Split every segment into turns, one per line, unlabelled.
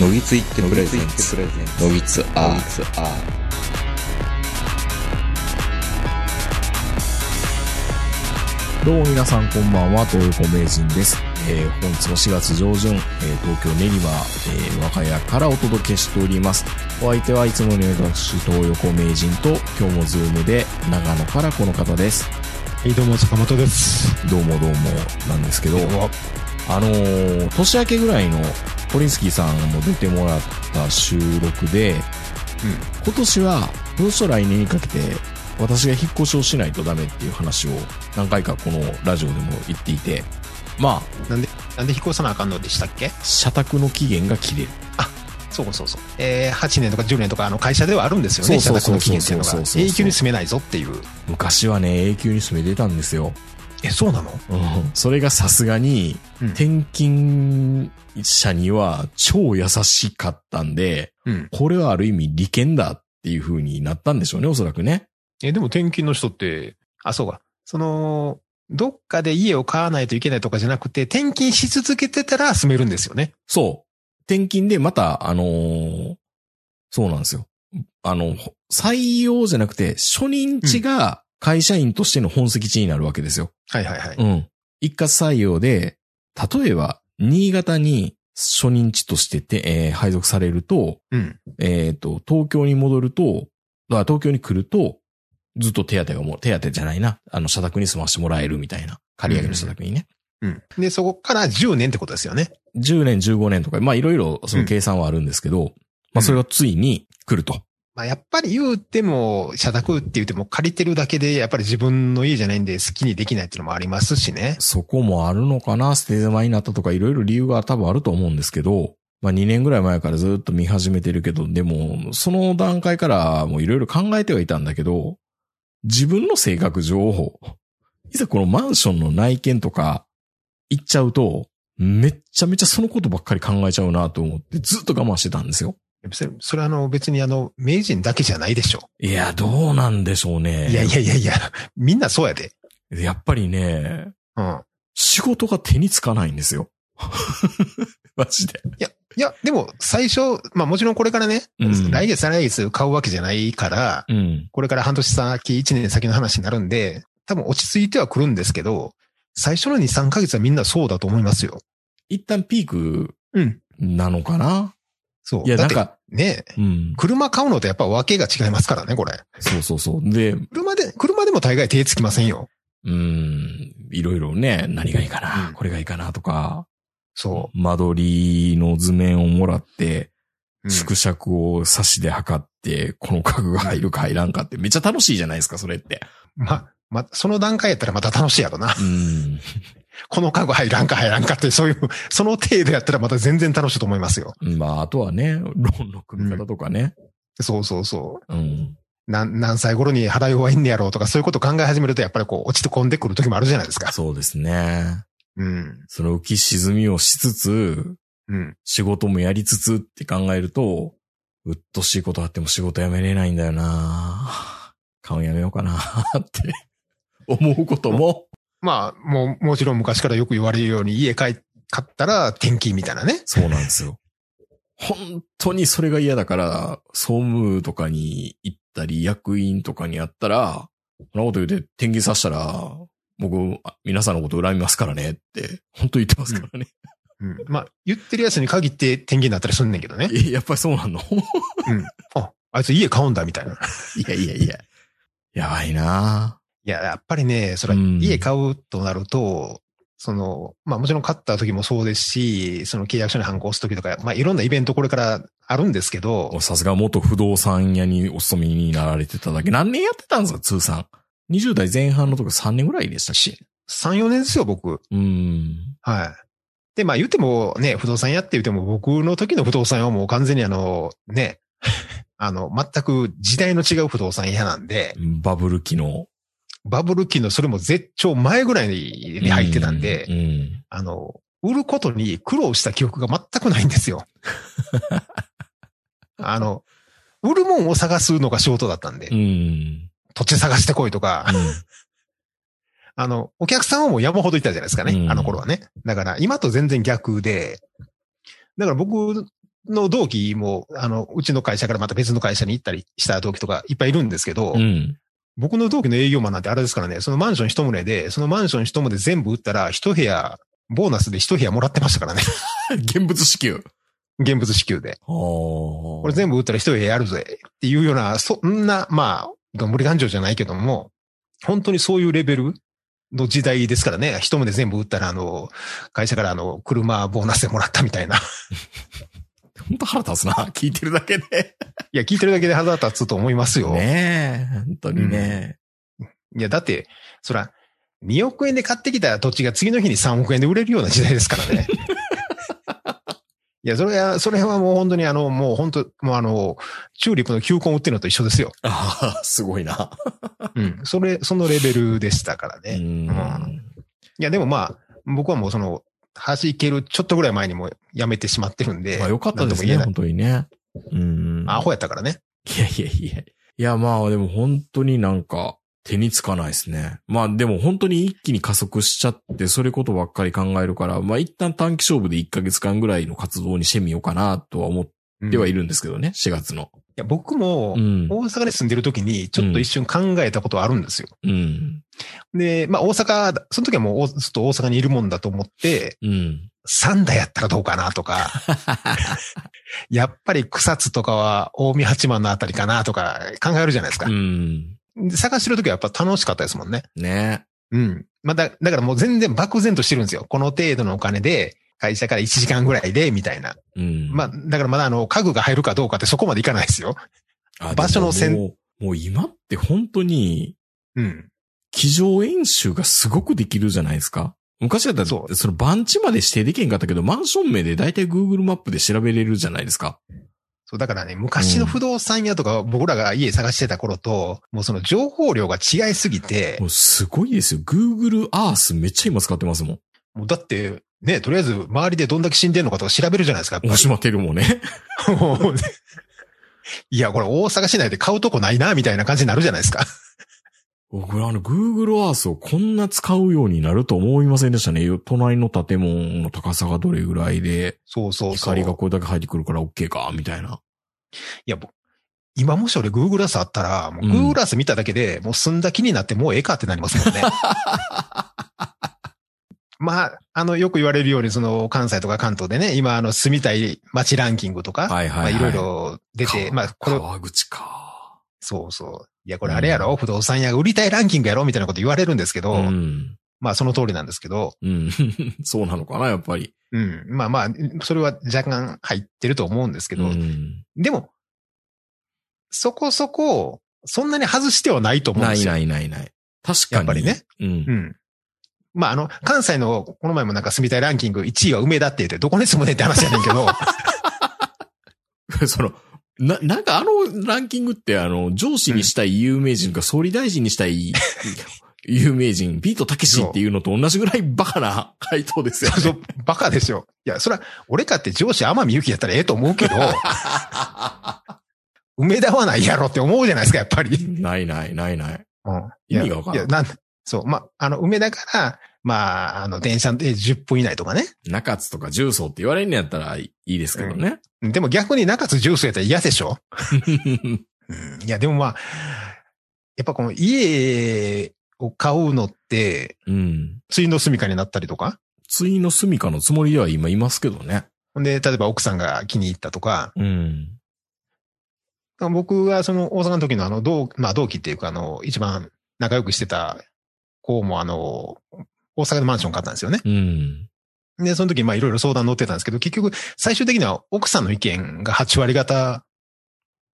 のぎついってプレゼンツ
プレゼン
のぎつアー
ツアー
どうも皆さんこんばんは、東横名人です。えー本日も4月上旬、えー東京練馬、えー、若谷からお届けしております。お相手はいつものように私、東横名人と、今日もズームで長野からこの方です。
はい、どうも、坂本です。
どうもどうもなんですけど、あのー年明けぐらいのポリンスキーさんも出てもらった収録で、今年は、文書来年にかけて、私が引っ越しをしないとダメっていう話を何回かこのラジオでも言っていて、まあ、
なんで、なんで引っ越さなあかんのでしたっけ
社宅の期限が切れる。
そうそうそう。えー、8年とか10年とか、あの、会社ではあるんですよね、
そ
社
う
宅
そうそう
の期限っていうの
そう
が。
そうそうそう
永久に住めないぞっていう。
昔はね、永久に住めてたんですよ。
え、そうなの
それがさすがに、
うん
転勤者には超優しかったんで、
うん。
これはある意味利権だっていう風になったんでしょうね、おそらくね。
え、でも転勤の人って、あ、そうか。その、どっかで家を買わないといけないとかじゃなくて、転勤し続けてたら住めるんですよね。
そう。転勤でまた、あのーそうなんですよ。あの、採用じゃなくて、初任地が会社員としての本籍地になるわけですよ。
はいはいはい。
うん。一括採用で、例えば、新潟に初任地としてて、えー配属されると、
うん。
えっ、と、東京に戻ると、あ東京に来ると、ずっと手当がもう、手当じゃないな。あの、社宅に住ましてもらえるみたいな。借り上げの社宅にね。
うん。で、そこから10年ってことですよね。
10年、15年とか、まあいろいろその計算はあるんですけど、まあそれがついに来ると。
まあ、やっぱり言うても、社宅って言っても借りてるだけで、やっぱり自分の家じゃないんで好きにできないっていうのもありますしね。
そこもあるのかな、捨てマになったとかいろいろ理由が多分あると思うんですけど、まあ2年ぐらい前からずっと見始めてるけど、でもその段階からもういろいろ考えてはいたんだけど、自分の性格上、いざこのマンションの内見とか行っちゃうと、めっちゃめちゃそのことばっかり考えちゃうなと思ってずっと我慢してたんですよ。
それ、それはあの別にあの、名人だけじゃないでしょ。
いや、どうなんでしょうね。
いやいやいやいや、みんなそうやで。
やっぱりね、
うん。
仕事が手につかないんですよ。 マジで。
いや、でも最初、まあもちろんこれからね、
うん
来月再来月買うわけじゃないから、
うん。
これから半年先、1年先の話になるんで、多分落ち着いてはくるんですけど、最初の2、3ヶ月はみんなそうだと思いますよ。
一旦ピーク
うん。
なのかな
そう。
いや、
だ
なん
って
か、
ね、
うん。
車買うのとやっぱ訳が違いますからね、これ。
そうそうそう。で、
車で、車でも大概手つきませんよ。
うん、いろいろね、何がいいかな、
うん
これがいいかなとか、
そ
間取りの図面をもらって、
う。
縮尺を差しで測って、この家具が入るか入らんかって、めっちゃ楽しいじゃないですか、それって。
うんま、ま、その段階やったらまた楽しいやろな。
うん。
この家具入らんか入らんかって、そう いう、その程度やったらまた全然楽しいと思いますよ。
まあ、あとはね、ローンの組み方とかね。
そうそうそ
うん
う。なん何歳頃に払い終わいんねやろうとか、そういうこと考え始めると、やっぱりこう、落ち込んでくる時もあるじゃないですか。
そうですね。
うん。
その浮き沈みをしつつ、
うん。
仕事もやりつつって考えると、うっとしいことあっても仕事辞めれないんだよな顔やめようかなって思うことも、
まあ、もう、もちろん昔からよく言われるように、家買い、買ったら転勤みたいなね。
そうなんですよ。本当にそれが嫌だから、総務部とかに行ったり、役員とかにやったら、そんなこと言うて転勤させたら、僕、あ皆さんのこと恨みますからねって、本当言ってますからね。
うん。まあ、言ってるやつに限って転勤になったりすんねんけどね。
えやっぱりそうなの
うん。あ、あいつ家買うんだ、みたいな。
いやいやいや。やばいない
や、やっぱりね、それは
うん
家買うとなると、その、まあもちろん買った時もそうですし、その契約書に反抗す時とか、まあいろんなイベントこれからあるんですけど、
さすが元不動産屋にお勤めになられてただけ。何年やってたんですか、通算。20代前半のとこ3年ぐらいでしたっけ
3、4年ですよ、僕。
うーん。
はい。で、まあ言ってもね、不動産屋って言っても僕の時の不動産屋はもう完全にあの、ね、 あの、全く時代の違う不動産屋なんで、
バブル期の。
バブル期のそれも絶頂前ぐらいに入ってたんで
う、ん。
あの、売ることに苦労した記憶が全くないん ですよ。あの、売るもんを探すのが仕事だったんで、
うん。うん
土地探してこいとか、あの、お客さんはもう山ほどいたじゃないですかね、
うん
あの頃はね。だから今と全然逆で、だから僕の同期も、あの、うちの会社からまた別の会社に行ったりした同期とかいっぱいいるんですけど、
うん。
僕の同期の営業マンなんてあれですからね、そのマンション一棟で、そのマンション一棟全部売ったら、一部屋、ボーナスで一部屋もらってましたからね。
現物支給。
現物支給で。
こ
これ全部売ったら一部屋やるぜっていうような、そんな、まあ、がんぶり頑丈じゃないけども、本当にそういうレベルの時代ですからね、一棟全部売ったら、あの、会社からあの、車ボーナスでもらったみたいな。
本当腹立つな。 聞いてるだけで。
いや、聞いてるだけで腹立つと思いますよ。
ねえ。本当にね。
いや、だって、そら、2億円で買ってきた土地が次の日に3億円で売れるような時代ですからね。 いや、それは、それはもう本当にあの、もう本当、もうあの、チューリップの球根売ってるのと一緒ですよ。
ああ、すごいな。
うん。それ、そのレベルでしたから
う
ね。い
ん。
や、でもまあ、僕はもうその、端蹴るちょっとぐらい前にもうやめてしまってるんで。
まあよかったですね、
な
本
んとも
当にね。うん。
言えない。アホやったからね。
いやいやいや。いや、まあでも本当になんか手につかないですね。まあでも本当に一気に加速しちゃって、それことばっかり考えるから、まあ一旦短期勝負で1ヶ月間ぐらいの活動にしてみようかなとは思っ
うん
てはいるんですけどね、4月の。
いや、僕も
う、ん。
大阪に住んでる時に、ちょっと一瞬考えたことあるんですよ。
うん。で、
で、まあ大阪、その時はもうおずっと大阪にいるもんだと思って、
うん。
三田やったらどうかな とか、やっぱり草津とかは大見八幡のあたりかなとか考えるじゃないですか
う。ん。
で探してる時はやっぱ楽しかったですもんね。
ね
うん。まあだ、だからもう全然漠然としてるんですよ。この程度のお金で、会社から1時間ぐらいで、みたいな。
うん。
まあ、だからまだあの、家具が入るかどうかってそこまでいかないですよ。
あ、
場所の選
でももうもう今って本当に、
うん。
机上演習がすごくできるじゃないですか。昔だったら、
そ
そうの番地まで指定できへんかったけど、マンション名で大体 Google マップで調べれるじゃないですか。
そう、だからね、昔の不動産屋とか僕らが家探してた頃と、もうその情報量が違いすぎて、
もうすごいですよ。Google Earth めっちゃ今使ってますもん。
もうだって、ね、とりあえず周りでどんだけ死んでんのかとか調べるじゃないですか、や
大
っ
島テルもね。
ぱり。もうねいや、これ大阪市内で買うとこないな、みたいな感じになるじゃないですか。
僕あの Google Earth をこんな使うようになると思いませんでしたね。隣の建物の高さがどれぐらいで、
そうそうそう。
光がこれだけ入ってくるから OK か、みたいな。
いや、僕今もし俺 Google Earth あったら、もう
うん
Google Earth 見ただけで、もう住んだ気になってもうええかってなりますもんね。 まあ、あの、よく言われるように、その、関西とか関東でね、今、あの、住みたい街ランキングとか、
はい
ま
は
あ、
い、はい。
いろいろ出て、
か
まあ、これ、
川口か。
そうそう。いや、これあれやろ、不動産屋が売りたいランキングやろみたいなこと言われるんですけど、
うん。
まあその通りなんですけど、
うん。 そうなのかな、やっぱり。
うん。まあまあ、それは若干入ってると思うんですけ
け
ど、
うん、
でも、そこそこ、そんなに外してはないと思うん
な
で
い
すよ。
ないないない。確かに。
やっぱりね。
うん。
うん。まああの、関西の、この前もなんか住みたいランキング1位は梅田って言って、どこに住むねんって話やねんけ ど、
その、な、なんかあのランキングってあの、上司にしたい有名人か総理大臣にした い有名人、ビートたけしっていうのと同じぐらいバカな回答ですよ、
そう
ね。
そう、バカですよ。いや、それは、俺かって上司天海祐希やったらええと思うけ ど、梅田はないやろって思うじゃないですか、やっぱり。
ないないないない。
うん
意味がわからん
いや、なんそう、ま、あの、梅田から、まあ、あの、電車で10分以内とかね。
中津とか重曹って言われるんのやったらいいですけどね。
でも逆に中津ジュースやったら嫌でしょ、うん、いや、でもまあ、やっぱこの家を買うのって、
うん。
ついの住みかになったりとか、
ついの住みかのつもりでは今いますけどね。
ほんで、例えば奥さんが気に入ったとか、
うん。
僕はその大阪の時のあの、同、まあ同期っていうかあの、一番仲良くしてた子もあの、大阪でマンション買ったんですよね。
うん。
で、その時、まあ、いろいろ相談乗ってたんですけど、結局、最終的には奥さんの意見が8割方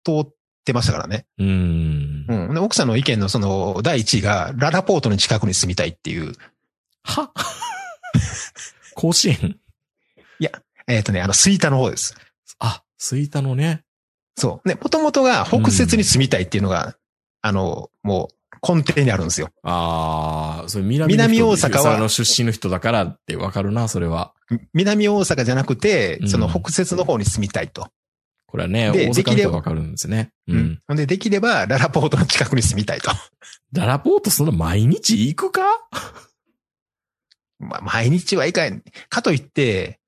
通ってましたからね。
うん。
うん。で奥さんの意見のその、第1位が、ララポートの近くに住みたいっていう、
は 甲子園。
えっ、とね、あの、吹田の方です。
あ、スイタのね。
そう。ね、もともとが北節に住みたいっていうのが、あの、もう、根底にあるんですよ。
ああ、それ南
南
の
大
人
阪は
大阪の出身の人だからってわかるな、それは。
南大阪じゃなくて
う、ん
その北節の方に住みたいと。
これはね、
で
大阪の人はわかるんですね。う
うんん。。ほんで、できれば、ララポートの近くに住みたいと。
ダラポートそんな毎日行くか
まあ、毎日はいかん。かといって、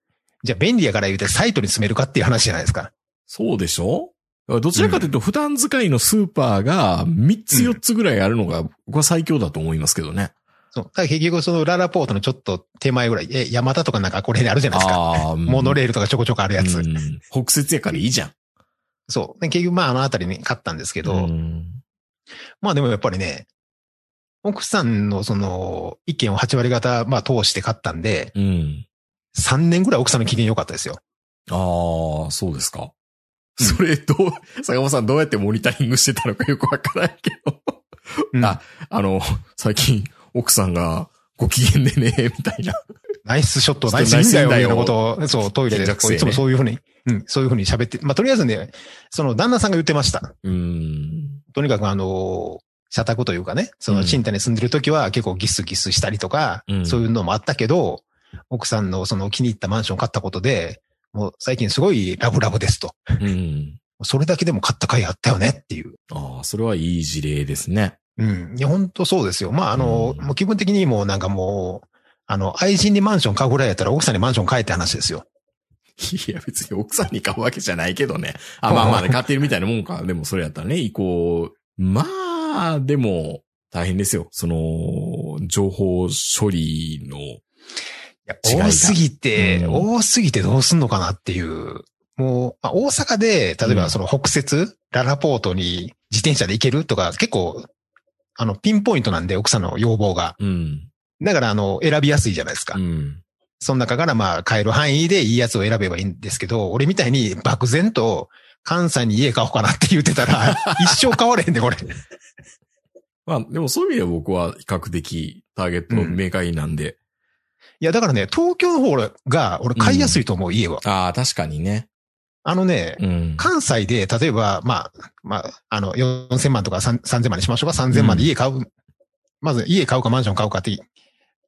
じゃあ便利やから言うてサイトに詰めるかっていう話じゃないですか。
そうでしょどちらかというと、普段使いのスーパーが3つ4つぐらいあるのが、僕は最強だと思いますけどね。
そう。だから結局そのララポートのちょっと手前ぐらい、え、山田とかなんかこれにあるじゃないですか。
ああ、
モノ
レ
レールとかちょこちょこあるやつ。
北節やからいいじゃん。
そう。で結局まああのあたりに買ったんですけど、
うん
まあでもやっぱりね、奥さんのその意見を8割方、まあ通して買ったんで、
うん。
3年ぐらい奥さんの機嫌良かったですよ。
ああ、そうですか。それ、どう、坂本さんどうやってモニタリングしてたのかよくわからんけど。
うん
ああの、最近、奥さんがご機嫌でね、みたいな。
ナイスショット、
ちょ
ナ
っ
イ
と
スインだ
ナイスイ
よ、みたい
ンだよ
なことを、そう、トイレで、
学生
こう
ね
いつもそういうふうに、うん、そういうふうに喋って、まあ、とりあえずね、その旦那さんが言ってました。
うん。
とにかくあの、社宅というかね、その賃貸に住んでる時は結構ギスギスしたりとか、
うん
そういうのもあったけど、奥さんのその気に入ったマンションを買ったことで、もう最近すごいラブラブですと。
うん。
それだけでも買った回あったよねっていう。
ああ、それはいい事例ですね。
うん。いや、本当そうですよ。まあ、あの、
うん
もう気分的にもうなんかもう、あの、愛人にマンション買うぐらいやったら奥さんにマンション買えって話ですよ。
いや、別に奥さんに買うわけじゃないけどね。あ、まあまあね、買ってるみたいなもんか。でもそれやったらね、移行。まあ、でも、大変ですよ。その、情報処理の、
いや
違いが
多すぎて、
うん
多すぎてどうすんのかなっていう。もう、まあ、大阪で、例え
うん
ばその北節、ララポートに自転車で行けるとか、結構、あの、ピンポイントなんで、奥さんの要望が。
うん。
だから、あの、選びやすいじゃないですか。
うん。
その中から、まあ、買える範囲でいいやつを選べばいいんですけど、俺みたいに漠然と、関西に家買おうかなって言って たら、一生買われへんで、これ。
まあ、でもそういう意味では僕は比較的ターゲット明快なんで。
いや、だからね、東京の方が、俺買いやすいと思う、家は。
ああ、確かにね。
あのね、
うん。
関西で、例えば、まあ、まあ、あの、4000万とか3 3000万にしましょうか。3000万で家買う。まず家買うかマンション買うかって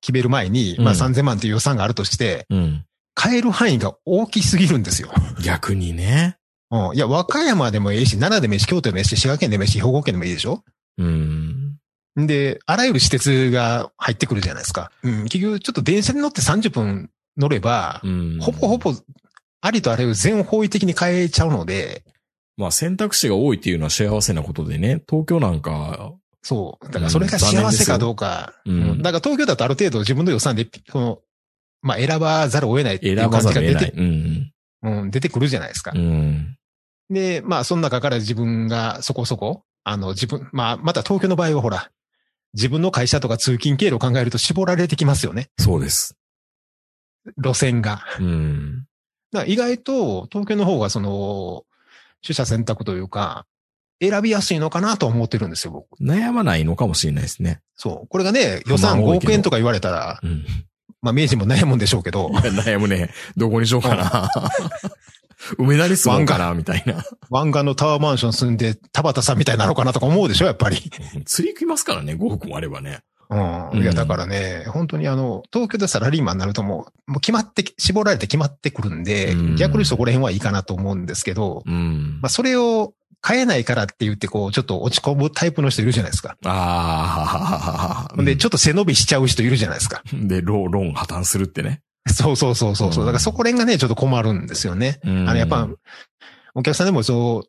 決める前に、まあ
うん
3000万という予算があるとして、
うん。
買える範囲が大きすぎるんですよ。
逆にね。
うん。いや、和歌山でもいいし、奈良でもいいし、京都でもいいし、滋賀県でもいいし、兵庫県でもいいでしょ
うん。
んで、あらゆる施設が入ってくるじゃないですか。うん。結局、ちょっと電車に乗って30分乗れば、
うん。
ほぼほ。ぼ、ありとあらゆる全方位的に買えちゃうので、
まあ選択肢が多いっていうのは幸せなことでね。東京なんか、
そう。だからそれが幸せかどうか。
うん
うん
残念ですようん
だから東京だとある程度自分の予算で、その、まあ選ばざるを得ないってい
選
う
ば
感じ
ざ
が
るを
出
得ない
て。、
うん。
うん、出てくるじゃないですか。
うん。
で、まあその中から自分がそこそこ、あの自分、まあまた東京の場合はほら、自分の会社とか通勤経路を考えると絞られてきますよね。
そうです。
路線が。
うん。
だから意外と東京の方がその、取捨選択というか、選びやすいのかなと思ってるんですよ、僕。
悩まないのかもしれないですね。
そう。これがね、予算
まあ
5
多いけど
億円とか言われたら、
うん。
まあ明治も悩むんでしょうけど。
悩むね。どこにしようか な。梅田に住もうかな、みたいな。
湾岸のタワーマンション住んで、田畑さんみたいになのかなとか思うでしょ、やっぱり。
釣り行きますからね、5億もあればね。
うん。
うん
いや、だからね、本当にあの、東京でサラリーマンになるともう、もう決まって、絞られて決まってくるんで
うん、
逆にそこら辺はいいかなと思うんですけど、
うん
まあ、。それを変えないからって言って、こう、ちょっと落ち込むタイプの人いるじゃないですか。
ああ。
で、ちょっと背伸びしちゃう人いるじゃないですか。
で、ロー、ローン破綻するってね。
そうそうそうそうそう。
うん
だからそこら辺がね、ちょっと困るんですよね。
あ
あの、やっぱ、お客さんでもそう、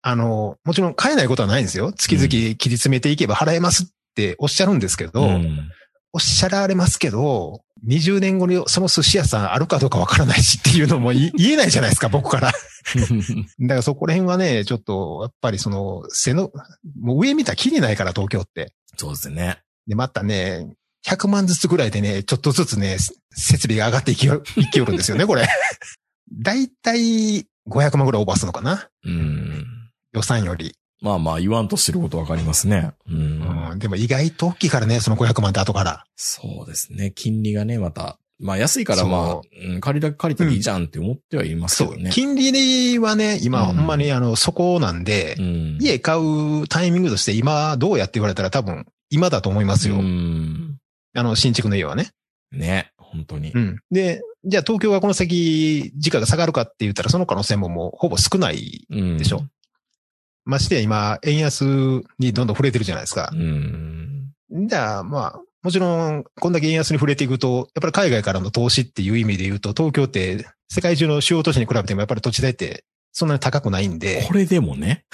あの、もちろん買えないことはないんですよ。月々切り詰めていけば払えますっておっしゃるんですけど、
うん
おっしゃられますけど、20年後にその寿司屋さんあるかどうかわからないしっていうのもい言えないじゃないですか、僕から。だからそこら辺はね、ちょっと、やっぱりその、背の、もう上見たらきりないから、東京って。
そうですね。
で、またね、100万ずつぐらいでね、ちょっとずつね、せ設備が上がっていきよ、いきよるんですよね、これ。 だいたい500万ぐらいオーバーするのかな
うん。
予算より。
まあまあ、言わんとしてることわかりますね。うん。
うん、でも意外と大きいからね、その500万って後から。
そうですね。金利がね、また。まあ、安いから
そう
まあ、うん借りた、借りたらいいじゃんって思ってはいますけ
そ
ど
う。
ね。
金利はね、今
う
ほ
ん
んまにあの、そこなんで、
うん。
家買うタイミングとして今どうやって言われたら多分今だと思いますよ。
うん。
あの、新築の家はね。
ね、本当に
う。ん。で、じゃあ東京がこの先、時価が下がるかって言ったらその可能性ももうほぼ少ない。
うん。
でしょましてや今、円安にどんどん触れてるじゃないですか
う。ん。
じゃあ、まあ、もちろん、こんだけ円安に触れていくと、やっぱり海外からの投資っていう意味で言うと、東京って世界中の主要都市に比べてもやっぱり土地代ってそんなに高くないんで、
これでもね、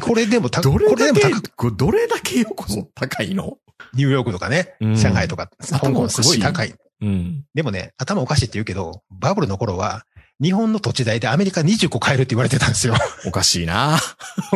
これでも高
ど
こ
れ
れ
だ
でも
け
高く、、
こどれだけよこそ高いの
ニューヨークとかね、
うん
上海とか、香
頭おか
港
しい
すごい高い。
うん。
でもね、頭おかしいって言うけど、バブルの頃は、日本の土地代でアメリカ20個買えるって言われてたん ですよ。
おかしいな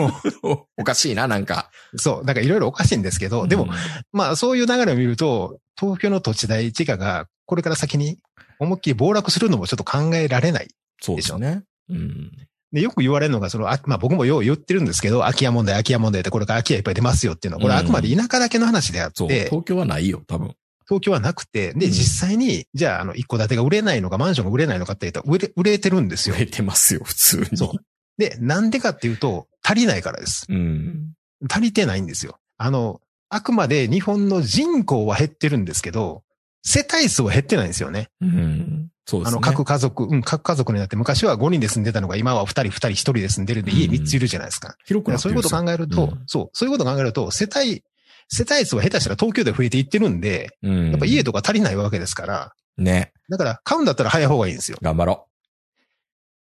おかしいな、なんか。
そう。なんかいろいろおかしいんですけど、でも、まあそういう流れを見ると、東京の土地代地価がこれから先に思いっきり暴落するのもちょっと考えられない。
そうですよね。うん。
で、よく言われるのが、その、あまあ僕もよう言ってるんですけど、空き家問題、空き家問題ってこれから空き家いっぱい出ますよっていうのは、これはあくまで田舎だけの話であっ
そう。
て、
東京はないよ、多分。
東京はなくて、
う
で、
ん
実際に、じゃあ、あの、一戸建てが売れないのか、マンションが売れないのかって言うと、売れ、売れてるんで すよ
増。えてますよ、普通に。
そうで、なんでかっていうと、足りないからです。
うん。
足りてないんですよ。あの、あくまで日本の人口は減ってるんですけど、世帯数は減ってないんですよね。
うん。そうで
あ
すね。
の、各家族、うん、各家族になって、昔は5人で住んでたのが、今は2人、2人、1人で住んでるんで、家3ついるじゃないですか。
広くなって
そう
るん
いう
で
こ
すよ
と考えると、
うん
そう、そういうこと考えると、世帯、世帯数は下手したら東京で増えていってるんで、
うん。
やっぱ家とか足りないわけですから、
ね。
だから買うんだったら早い方がいいんですよ。
頑張ろ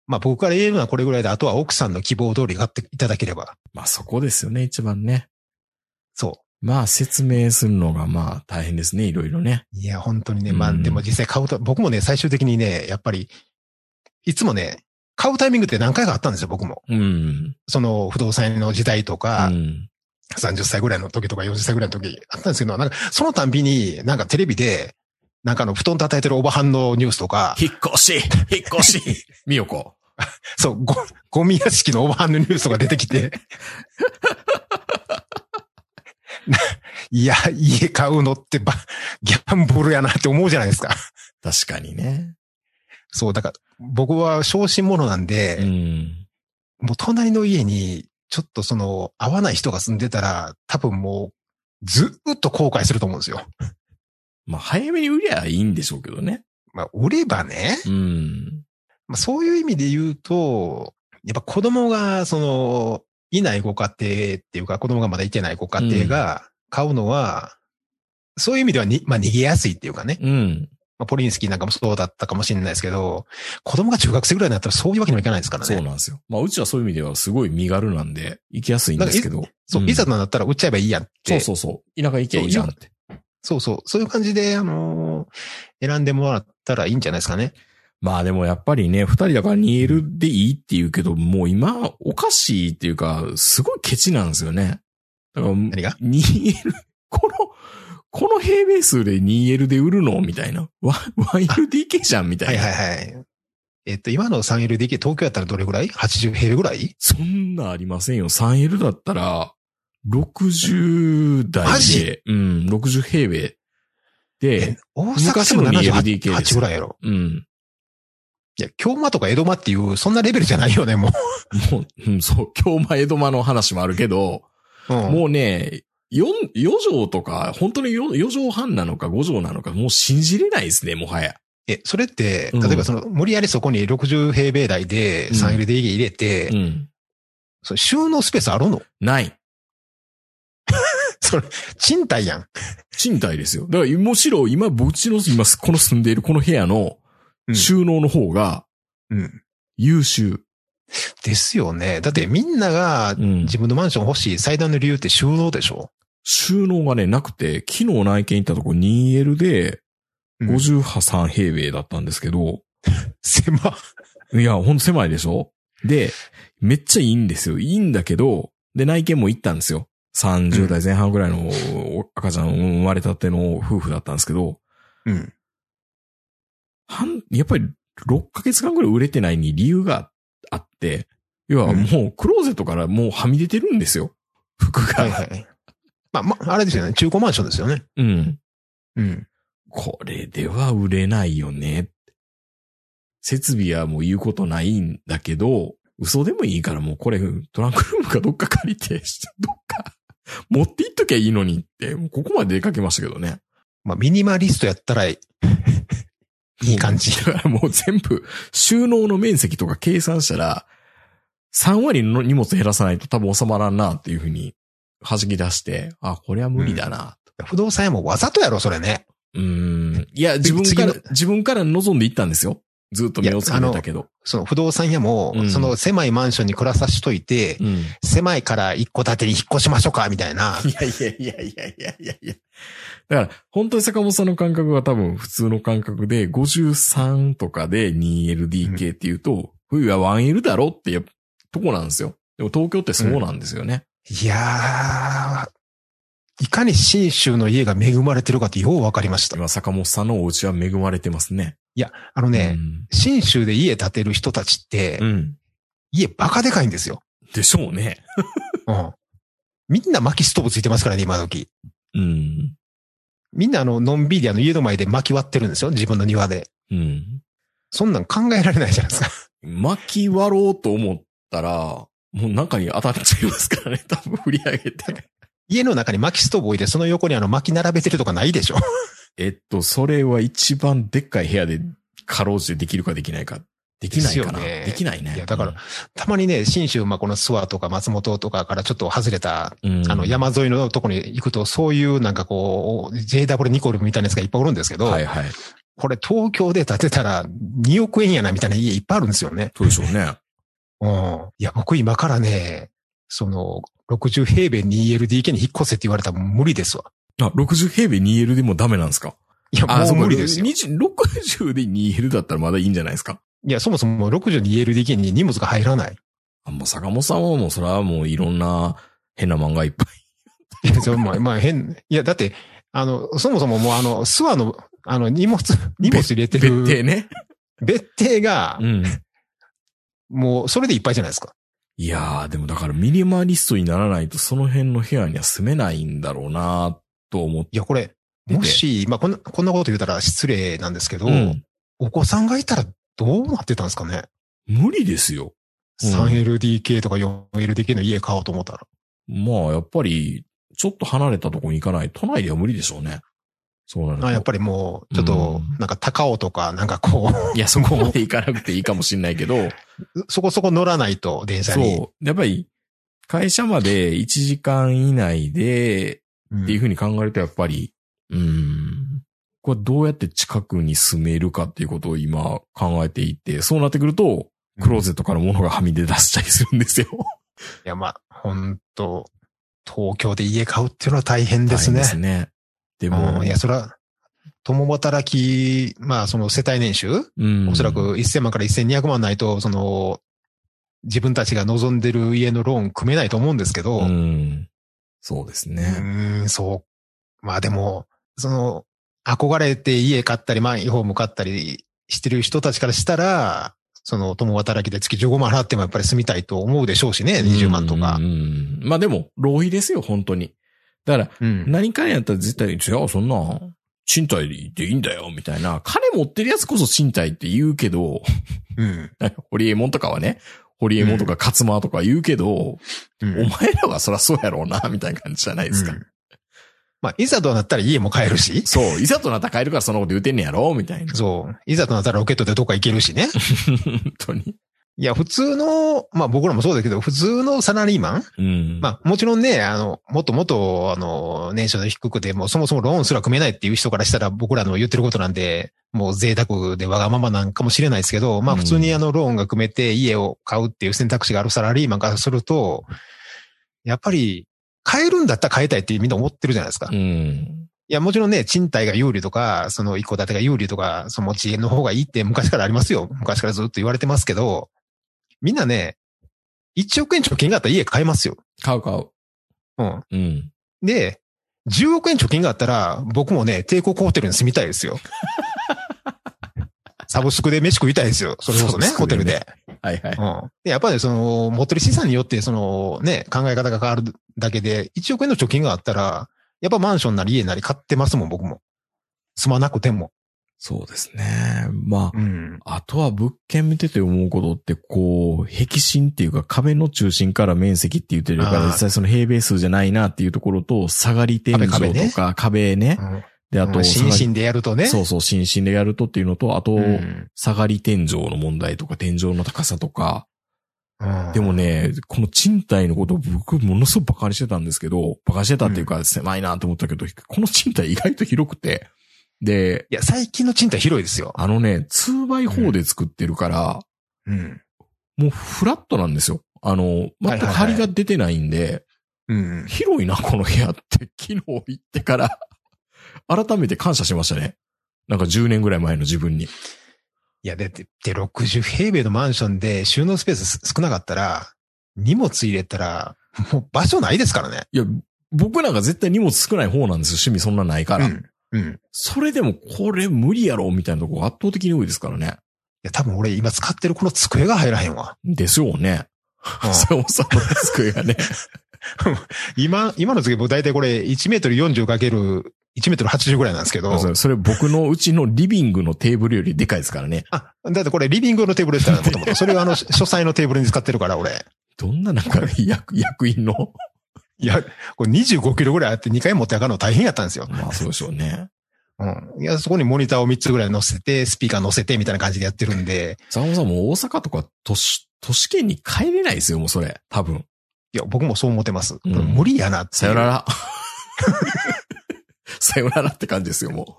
まあ僕から言えるのはこれぐらいで、あとは奥さんの希望通り買っていただければ。
う。まあそこですよね、一番ね。
そ
まあ説明するのがまあ大変ですね、いろいろね。
う。いや、本当にね、まあ
うん
でも実際買うと、僕もね、最終的にね、やっぱり、いつもね、買うタイミングって何回かあったんですよ、僕も。
うん。
その不動産の時代とか、
うん。
30歳ぐらいの時とか40歳ぐらいの時あったんですけど、なんかそのたんびになんかテレビで、なんかあの布団叩いてるおばはんのニュース とか、
引っ越し引っ越 しみよこ。
そう、ゴゴミ屋敷のおばはんのニュースとか出てきて。ないや、家買うのってば、ギャンブルやなって思うじゃないですか。
確かにね。
そう、だから、僕は小心者なんで、
うん。
もう隣の家に、ちょっとその、合わない人が住んでたら、多分もう、ずっと後悔すると思うんですよ。
まあ早めに売りゃいいんでしょうけどね。
まあ、売ればね、
うん。
まあ、そういう意味で言うと、やっぱ子供が、その、いないご家庭っていうか、子供がまだいてないご家庭が買うのは、そういう意味ではに、まあ、逃げやすいっていうかね。
うん。
まあ、ポリンスキーなんかもそうだったかもしれないですけど、子供が中学生ぐらいになったらそういうわけにはいかないですから
そう
ね。
なんですよ。まあうちはそういう意味ではすごい身軽なんで、行きやすいんですけど。
そう。
ん
いざとなったら売っちゃえばいいやんって。
そうそうそう。田舎行けばいいじゃんって。
そうそう。そういう感じで、あのー選んでもらったらいいんじゃないですかね。
まあでもやっぱりね、二人だから 2L でいいって言うけど、もう今、おかしいっていうか、すごいケチなんですよね。だから、
何が
2L、この、この平米数で 2L で売るのみたいな。わ 1LDK じゃんみたい
は
な。
いはいはい。えっと、今の 3LDK、東京やったらどれぐらい ?80 平米ぐらい
そんなありませんよ。3L だったら、60
マ
台
ジ
で、うん、60平米で
え、大阪でも
昔の 2LDK です
78ぐらいやろ。
うん、
いや、京間とか江戸間っていう、そんなレベルじゃないよね、も
もう、うん、そう、京間江戸間の話もあるけど、
う。うん
もうね、4、4畳とか、本当に 4, 4畳半なのか5畳なのか、もう信じれないですね、もはや。
え、それって、
うん
例えばその、無理やりそこに60平米台で 3LDK 入れて、
うん。
それ収納スペースあるの
ない。
それ、賃貸やん。
賃貸ですよ。だから、むしろ今、うちの、今、この住んでいるこの部屋の
うん
収納の方が
うん。
優秀。
ですよね。だってみんなが
うん
自分のマンション欲しい最大の理由って収納でしょ、
収納がね、なくて、昨日内見行ったとこ 2L で
うん、
53平米だったんですけど、
狭っ。
いや、ほんと狭いでしょで、めっちゃいいんですよ。いいんだけど、で、内見も行ったんですよ。30代前半ぐらいのお赤ちゃん生まれたての夫婦だったんですけど、
うん。
半、やっぱり6ヶ月間ぐらい売れてないに理由があって、要はもうクローゼットからもうはみ出てるんですよ。服が。
はいはい。まあ、まあ、あれですよね。中古マンションですよね。
うん。
うん。
これでは売れないよね。設備はもう言うことないんだけど、嘘でもいいからもうこれトランクルームかどっか借りて、 どっか持って行っときゃいいのにって、もうここまで出かけましたけどね。
まあ、ミニマリストやったらいいいい感じ。
だからもう全部収納の面積とか計算したら、3割の荷物減らさないと多分収まらんなっていうふうに弾き出して、あ、これは無理だなと。
不動産屋もわざとやろ、それね。
うん。いや、自分から
次の、
自分から望んでいったんですよ。ずっと目をつけてたけど。
その不動産屋も、
うん
その狭いマンションに暮らさしといて、
うん。い
狭いから一戸建てに引っ越しましょうか、みたいな。
やいやいやいやいやいやいや。だから、本当に坂本さんの感覚は多分普通の感覚で、53とかで 2LDK っていうと、冬は 1L だろっていうとこなんですよ。でも東京ってそうなんですよね。
いやー、いかに新州の家が恵まれてるかってようわかりました。
今、坂本さんのお家は恵まれてますね。
あのね、
うん
新州で家建てる人たちって、
うん。
家バカでかいんですよ。
でしょうね。
うん。みんな薪ストーブついてますからね、今時。
うん。
みんなあの、のんびりあの家の前で薪割ってるんですよ、自分の庭で。
うん。
そんなん考えられないじゃないですか。
巻き割ろうと思ったら、もう中に当たっちゃいますからね。多分振り上げて。
家の中に薪ストーブ置いて、その横にあの薪並べてるとかないでしょ。
えっと、それは一番でっかい部屋で、かろうじてできるかできないか。できないかな。
ですよね
できないね。
いやだから、たまにね、新州、まあ、この諏訪とか松本とかからちょっと外れた、
うん、
あの、山沿いのとこに行くと、そういうなんかこう、JW ニコルみたいなやつがいっぱいおるんですけど、
はいはい。
これ東京で建てたら2億円やなみたいな家いっぱいあるんですよね。
そうでしょうね。
うん。いや、僕今からね、その、60平米 2LDK に引っ越せって言われたら無理ですわ。
あ、60平米 2L でもダメなんですか
いや、
あ、
もう無理ですよ。
20 60で 2L だったらまだいいんじゃないですか
いや、そもそも 62LDK に荷物が入らない。
あ、もう坂本さんはもうそれはもういろんな変な漫画いっぱい。
いや、そうまあ、まあ、変。いや、だって、あの、そもそももうあの、諏訪の、あの、荷物、荷物入れてる
別邸ね。
別邸が
う、ん。
もう、それでいっぱいじゃないですか。
いやー、でもだからミニマリストにならないとその辺の部屋には住めないんだろうなと思って。
いや、これ、
て
もし、まあ、こんな、こんなこと言うたら失礼なんですけど、
うん
お子さんがいたらどうなってたんですかね、
無理ですよ。うん
?3LDK とか 4LDK の家買おうと思ったら。
まあ、やっぱり、ちょっと離れたとこに行かない。都内では無理でしょうね。そうなると。
あやっぱりもう、ちょっと
うん、
なんか高尾とか、なんかこ
いや、そこまで行かなくていいかもしれない けど、
う、 そこそこ乗らないと、電車に。
そう。やっぱり、会社まで1時間以内で、
うん
っていうふうに考えると、やっぱり、うん。これどうやって近くに住めるかっていうことを今考えていて、そうなってくると、クローゼットから物がはみ出出したりするんですよ。
いや、まあ、本当東京で家買うっていうのは大変ですね。
大変ですね。で
う
も
んい、や、それは、共働き、まあ、その世帯年収、
うん
おそら。く1000万から1200万ないと、その、自分たちが望んでる家のローン組めないと思うんですけど、
う。
うん
そうですね。
ーん、そう。まあでも、その、憧れて家買ったり、マイホーム買ったりしてる人たちからしたら、その、共働きで月15万払ってもやっぱり住みたいと思うでしょうしね、20万とか
うん。うんまあでも、浪費ですよ、本当に。だから、
うん。
何かやったら絶対、違う、そんな、賃貸でいいんだよ、みたいな。金持ってるやつこそ賃貸って言うけど、
うん。
ホリエモンとかはね、ホリエモンとかカツマとか言うけど、
うん
お前らはそりゃそうやろうな、みたいな感じじゃないですか。
うんまあ、いざとなったら家も買えるし、
そう、いざとなったら帰るからそんなこと言うてんねやろ、みたいな。
そう。いざとなったらロケットでどっか行けるしね。
本当に。
いや、普通の、まあ僕らもそうだけど、普通のサラリーマン
うん。
まあもちろんね、あの、もっともっと、あの、年収の低くて、もうそもそもローンすら組めないっていう人からしたら僕らの言ってることなんで、もう贅沢でわがままなんかもしれないですけど、まあ
うん
普通にあのローンが組めて家を買うっていう選択肢があるサラリーマンからすると、やっぱり、買えるんだったら買いたいってみんな思ってるじゃないですか。
う
い
ん。
や、もちろんね、賃貸が有利とか、その一戸建てが有利とか、その持ち家の方がいいって昔からありますよ。昔からずっと言われてますけど、みんなね、1億円貯金があったら家買えますよ。
買う買う。
うん。
うん。
で、10億円貯金があったら、僕もね、帝国ホテルに住みた いですよ。サブスクで飯食いたいですよ。それこそね、
サブス
ホ
クで
テ
ね
ルで。
はいはい。
うん。で、やっぱりその、持ってる資産によって、その、ね、考え方が変わるだけで、1億円の貯金があったら、やっぱマンションなり家なり買ってますもん、僕も。住まなくても。
そうですね。まあ、
うん。
あとは物件見てて思うことって、こう、壁心っていうか壁の中心から面積って言ってるか
あ
ら、
ー
実際その平米数じゃないなっていうところと、下がり天井とか
壁
壁
ね
ね。
うん
で、あと、
心身でやるとね。
そうそう、心身でやるとっていうのと、あと、
うん。
下がり天井の問題とか天井の高さとか、
うん
でもね、この賃貸のことを僕ものすごく馬鹿にしてたんですけど、馬鹿にしてたっていうか狭いなと思ったけど、この賃貸意外と広くて、で、
いや、最近の賃貸広いですよ。
あのね、2x4 で作ってるから、
うん。
もうフラットなんですよ。あの、全く張りが出てないんで、
うん。
広いな、この部屋って、 昨日行ってから、改めて感謝しましたね。なんか10年ぐらい前の自分に。
いや、だって、で、60平米のマンションで収納スペース少なかったら、荷物入れたら、もう場所ないですからね。
いや、僕なんか絶対荷物少ない方なんですよ。趣味そんなないから。
うん。うん。い
それでもこれ無理やろ、みたいなとこ圧倒的に多いですからね。
や、多分俺今使ってるこの机が入らへんわ。
ですよね。
うん
サオさんの机がね。
今、今の机僕大体これ1メートル40かける1メートル80ぐらいなんですけど、
そうそれ僕のうちのリビングのテーブルよりでかいですからね。
あ、だってこれリビングのテーブルですから、もとも と。それをあの、書斎のテーブルに使ってるから、俺。
どんななんか役役員の。
いや、これ25キロぐらいあって2回持ってあかんの大変やったんですよ。
まあそうでしょうね。
うん。いや、そこにモニターを3つぐらい乗せて、スピーカー乗せてみたいな感じでやってるんで、
サオさんも大阪とか都市、都市圏に帰れないですよ、もうそれ。多分。
いや、僕もそう思ってます。
うん
無理やなって
さ
いう
よな ら。さよならって感じですよ、も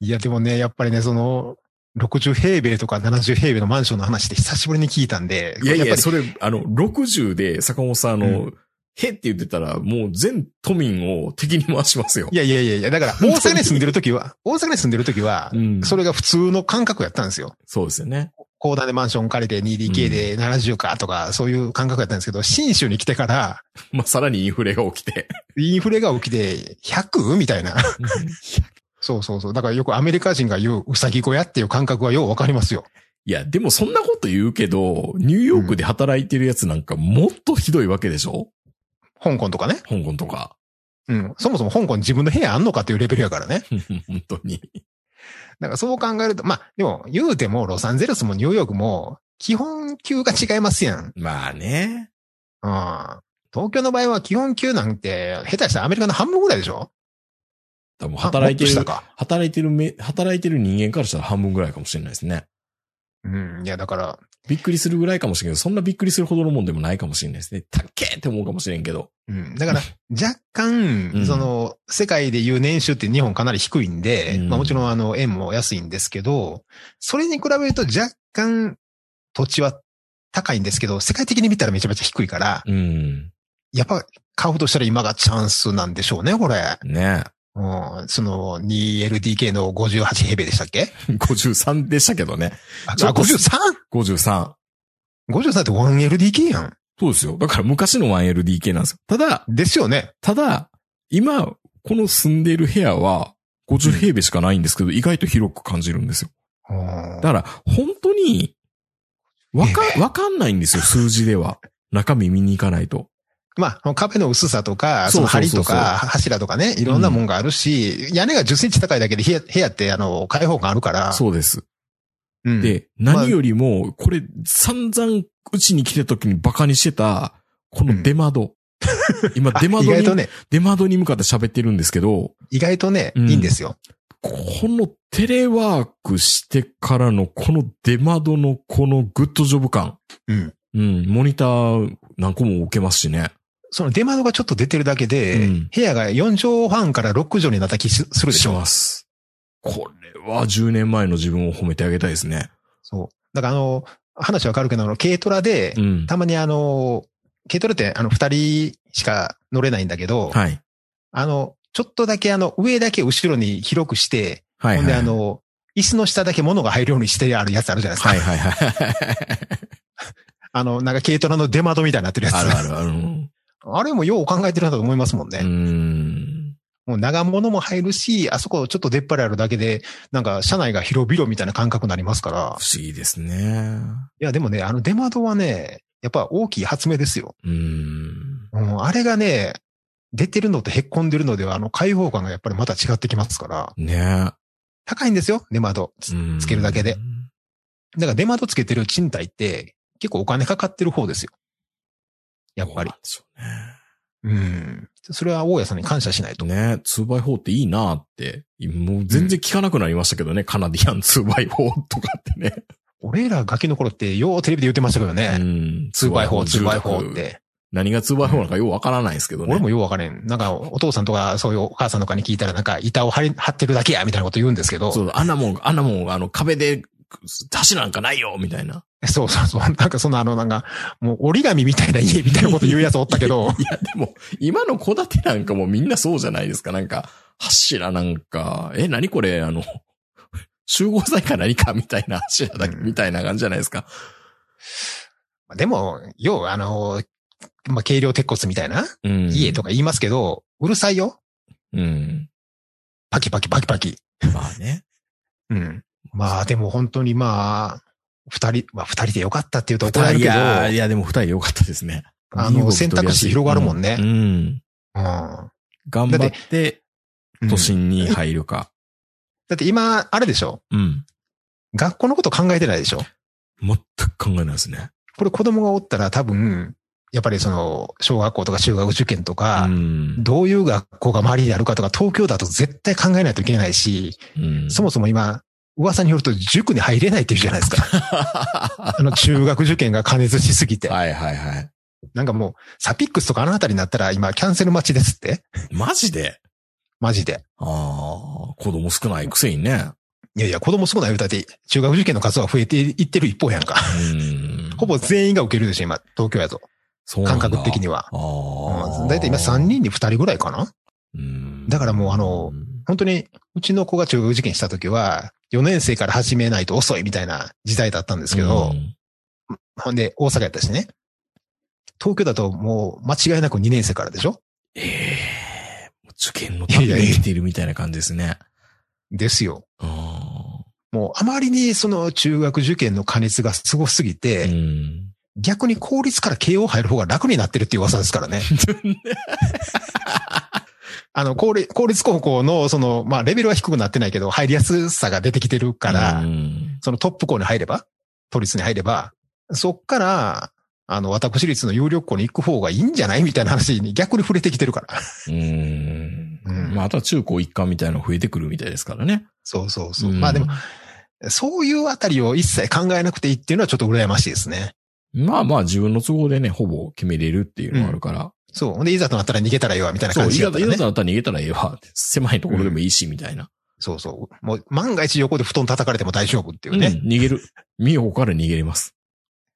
いや、でもね、やっぱりね、その、60平米とか70平米のマンションの話って久しぶりに聞いたんで、
う。いやいや、
っぱり
それ、あの、60で坂本さん、あの、へって言ってたら、もう全都民を敵に回しますよ
い。やいやいやいや、だから大阪に住んでる時は、大阪に住んでる時は
う、ん。
それが普通の感覚やったんですよ。
そうですよね。
高段でマンション借りて 2DK で70かとか、そういう感覚やったんですけど、新州に来てから、
まあ、さらにインフレが起きて。
インフレが起きて 100? みたいな。 そうそうそう。だからよくアメリカ人が言ううさぎ小屋っていう感覚はようわかりますよ。
いや、でもそんなこと言うけど、ニューヨークで働いてるやつなんかもっとひどいわけでしょ
香港とかね。
香港とか。
うん。そもそも香港自分の部屋あんのかっていうレベルやからね。
本当に。
だからそう考えると、まあ、でも言うてもロサンゼルスもニューヨークも基本級が違いますやん。うん。
まあね。
東京の場合は基本級なんて、下手したらアメリカの半分ぐらいでしょ
多分働いて
あもっとした
る、
か。
働いてるめ、働いてる人間からしたら半分ぐらいかもしれないですね。
うん。いや、だから、
びっくりするぐらいかもしれんけど、そんなびっくりするほどのもんでもないかもしれないですね。たっけーって思うかもしれんけど。
う んだから、若干、
うん
その、世界でいう年収って日本かなり低いんで、
うん
まあもちろんあの、円も安いんですけど、それに比べると若干、土地は高いんですけど、世界的に見たらめちゃめちゃ低いから、
うん。
やっぱ買うとしたら今がチャンスなんでしょうね、これ。
ね
うん、その、2LDK の58平米でしたっけ
え。53でしたけどね。
あ、
ちょっと
53?53
53。
って 1LDK やん。
そうですよ。だから昔の 1LDK なんですよ。ただ、
ですよね。
ただ、今、この住んでいる部屋は、50平米しかないんですけど、意外と広く感じるんですよ。
うん
だから、本当に、わか、わかんないんですよ、数字では。中身見に行かないと。
まあ、壁の薄さとか、そ
そ
の
うそう
梁
そうそ
と
う
か、柱とかね、いろんなもんがあるし、屋根が10センチ高いだけで部屋、部屋って、あの、開放感あるから。
そうです。
う。ん、
で、何よりも、これ、散々、うちに来た時にバカにしてた、この出窓。 今、
あ
出窓
意外と
に、
ね、
出窓に向かって喋ってるんですけど、
意外とね、
うん
いいんですよ。
このテレワークしてからの、この出窓のこのグッドジョブ感。
うん。
うん、モニター何個も置けますしね。
その出窓がちょっと出てるだけで、
うん
部屋が4畳半から6畳になった気しするでし
し
ょ。
ます。これは10年前の自分を褒めてあげたいですね。
そう。だからあの、話わかるけど、あの、軽トラで
う、ん。
たまにあの、軽トラって、あの、二人しか乗れないんだけど、
はい。
あの、ちょっとだけあの、上だけ後ろに広くして、
はい、はい。
ほんで、あ、の、椅子の下だけ物が入るようにしてあるやつあるじゃないですか。
はいはいはい。
あの、なんか軽トラの出窓みたいになってるやつ。
あ
あ
るあるある。うん
れもよう 考えてるなと思いますもん
う
ね。
ん。
もう長物も入るし、あそこちょっと出っ張りあるだけで、なんか車内が広々みたいな感覚になりますから。
不思議ですね。
いや、でもね、あの出窓はね、やっぱ大きい発明ですよ。
うん。
うん、あれがね、出てるのとへっこんでるのでは、あの開放感がやっぱりまた違ってきますから。
ね
高いんですよ、出窓。
うん
つけるだけで。だから出窓つけてる賃貸って、結構お金かかってる方ですよ。やっぱり。
そうなんでしょうね。
うん。それは大家さんに感謝しないと。
ね、2x4 っていいなって、もう全然聞かなくなりましたけどね、カナディアン 2x4 とかってね。
俺らガキの頃って、ようテレビで言ってましたけど
う
ね。
ん。
2倍法、2倍法
法
って。
何が2倍法なのかようわからないですけどね。
俺もようわかれん。なんか、お父さんとか、そういうお母さんとかに聞いたら、なんか、板を張り張ってるだけや、みたいなこと言うんですけど。
そ、
そう
あんなもん、あんなもん、あの、壁で、橋なんかないよみたいな。、
うそうそう。 なんか、そのあの、なんか、もう折り紙みたいな家みたいなこと言うやつおったけど
いや、でも、今の戸建てなんかもうみんなそうじゃないですか。なんか、柱なんか、え、何これ、あの、集合材か何かみたいな柱だけ、
うん
みたいな感じじゃないですか。
でも、よう、あの、まあ、軽量鉄骨みたいな
うん。
家とか言いますけど、うるさいよ。
うん。
パキパキパキパキ。
まあね。
うん。まあ、でも本当にまあ、二人、まあ二人でよかったっていうと怒られる
い
けど、
や、いや、でも二人良かったですね。
あの
身動き
選択肢広がるもんね
うん。うん
うん
頑張って、
うん
都心に入るか。
だって今、あれでしょ
うん。
学校のこと考えてないでしょ
全く考えないですね。
これ子供がおったら多分、やっぱりその、小学校とか中学受験とか、
うん。
どういう学校が周りにあるかとか、東京だと絶対考えないといけないし、
うん
そもそも今、噂によると塾に入れないっていうじゃないです か。あの中学受験が過熱しすぎて。
はいはいはい。
なんかもう、サピックスとかあのあたりになったら今キャンセル待ちですって。
マジで
マジで。
ああ、子供少ないくせにね。
いやいや、子供少ない歌で、中学受験の数は増えていってる一方やんか。
うん。
ほぼ全員が受けるでしょ、今、東京やと。
そうなん
感
だ
覚的に。は。
あ
う
あ。
んだいたい今3人に2人ぐらいかな
うん。
だからもうあの本当に、うちの子が中学受験した時は、4年生から始めないと遅いみたいな時代だったんですけど、
うん
ほんで、大阪やったしね。東京だともう間違いなく2年生からでしょ
ええ受験のために生きているみたいな感じですね。
ですよ。
あ
もうあまりにその中学受験の過熱がすごすぎ
あ。う
て、
ん。
逆に公立から慶応入る方が楽になってるっていう噂ですか らね。あの、公立公立高校のその、まあレベルは低くなってないけど、入りやすさが出てきてるから、
うん
そのトップ校に入れば、都立に入れば、そっから、あの、私立の有力校に行く方がいいんじゃないみたいな話に逆に触れてきてるから。
うん。
うん
まあ、あとは中高一貫みたいなの増えてくるみたいですからね。
そうそうそう。
ん
まあでも、。そういうあたりを一切考えなくていいっていうのはちょっと羨ましいですね。
まあまあ、自分の都合でね、ほぼ決めれるっていうのがあるから。
そう。ほんで、いざとなったら逃げたらよ、みたいな
そう、
感
い
じ
ざ
だっ
と
たらね。
なったら逃げたらええわ。狭いところでもいいし、みたいな。
そうそう。もう、万が一横で布団叩かれても大丈夫っていうね。
うん、逃げる。美穂から逃げれます。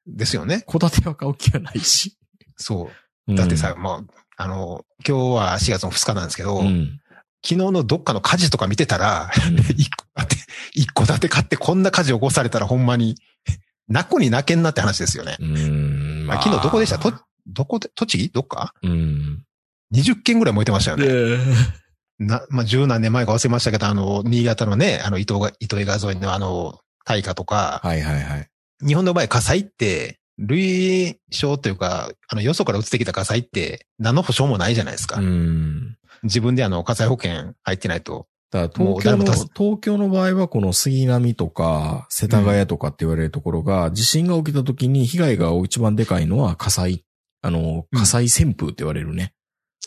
ですよね。
戸建ては買う気はないし。
そうう。
ん
だってさ、、もう、あの、今日は4月の2日なんですけど、
うん。う
昨
ん
日のどっかの火事とか見てたら、一個だって、一個だて買ってこんな火事起こされたらほんまに、 泣くに泣けんなって話ですよね。
うん。まあ
昨日どこでしたと、どこで、栃木どっか
うん。
?20 件ぐらい燃えてましたよね。
で、
な、まあ、十何年前か忘れましたけど、あの、新潟のね、あの、伊藤が、伊藤画像のあの、大火とか、
はいはいはい。
日本の場合火災って、類焼というか、あの、よそから移ってきた火災って、何の保証もないじゃないですか。
うん。
自分であの、火災保険入ってないと。
だから東京
も
の、
う誰も助
東京の場合はこの杉並とか世田谷とかって言われるところが、地震が起きた時に被害が一番でかいのは火災、あの、火災旋風って言われるね。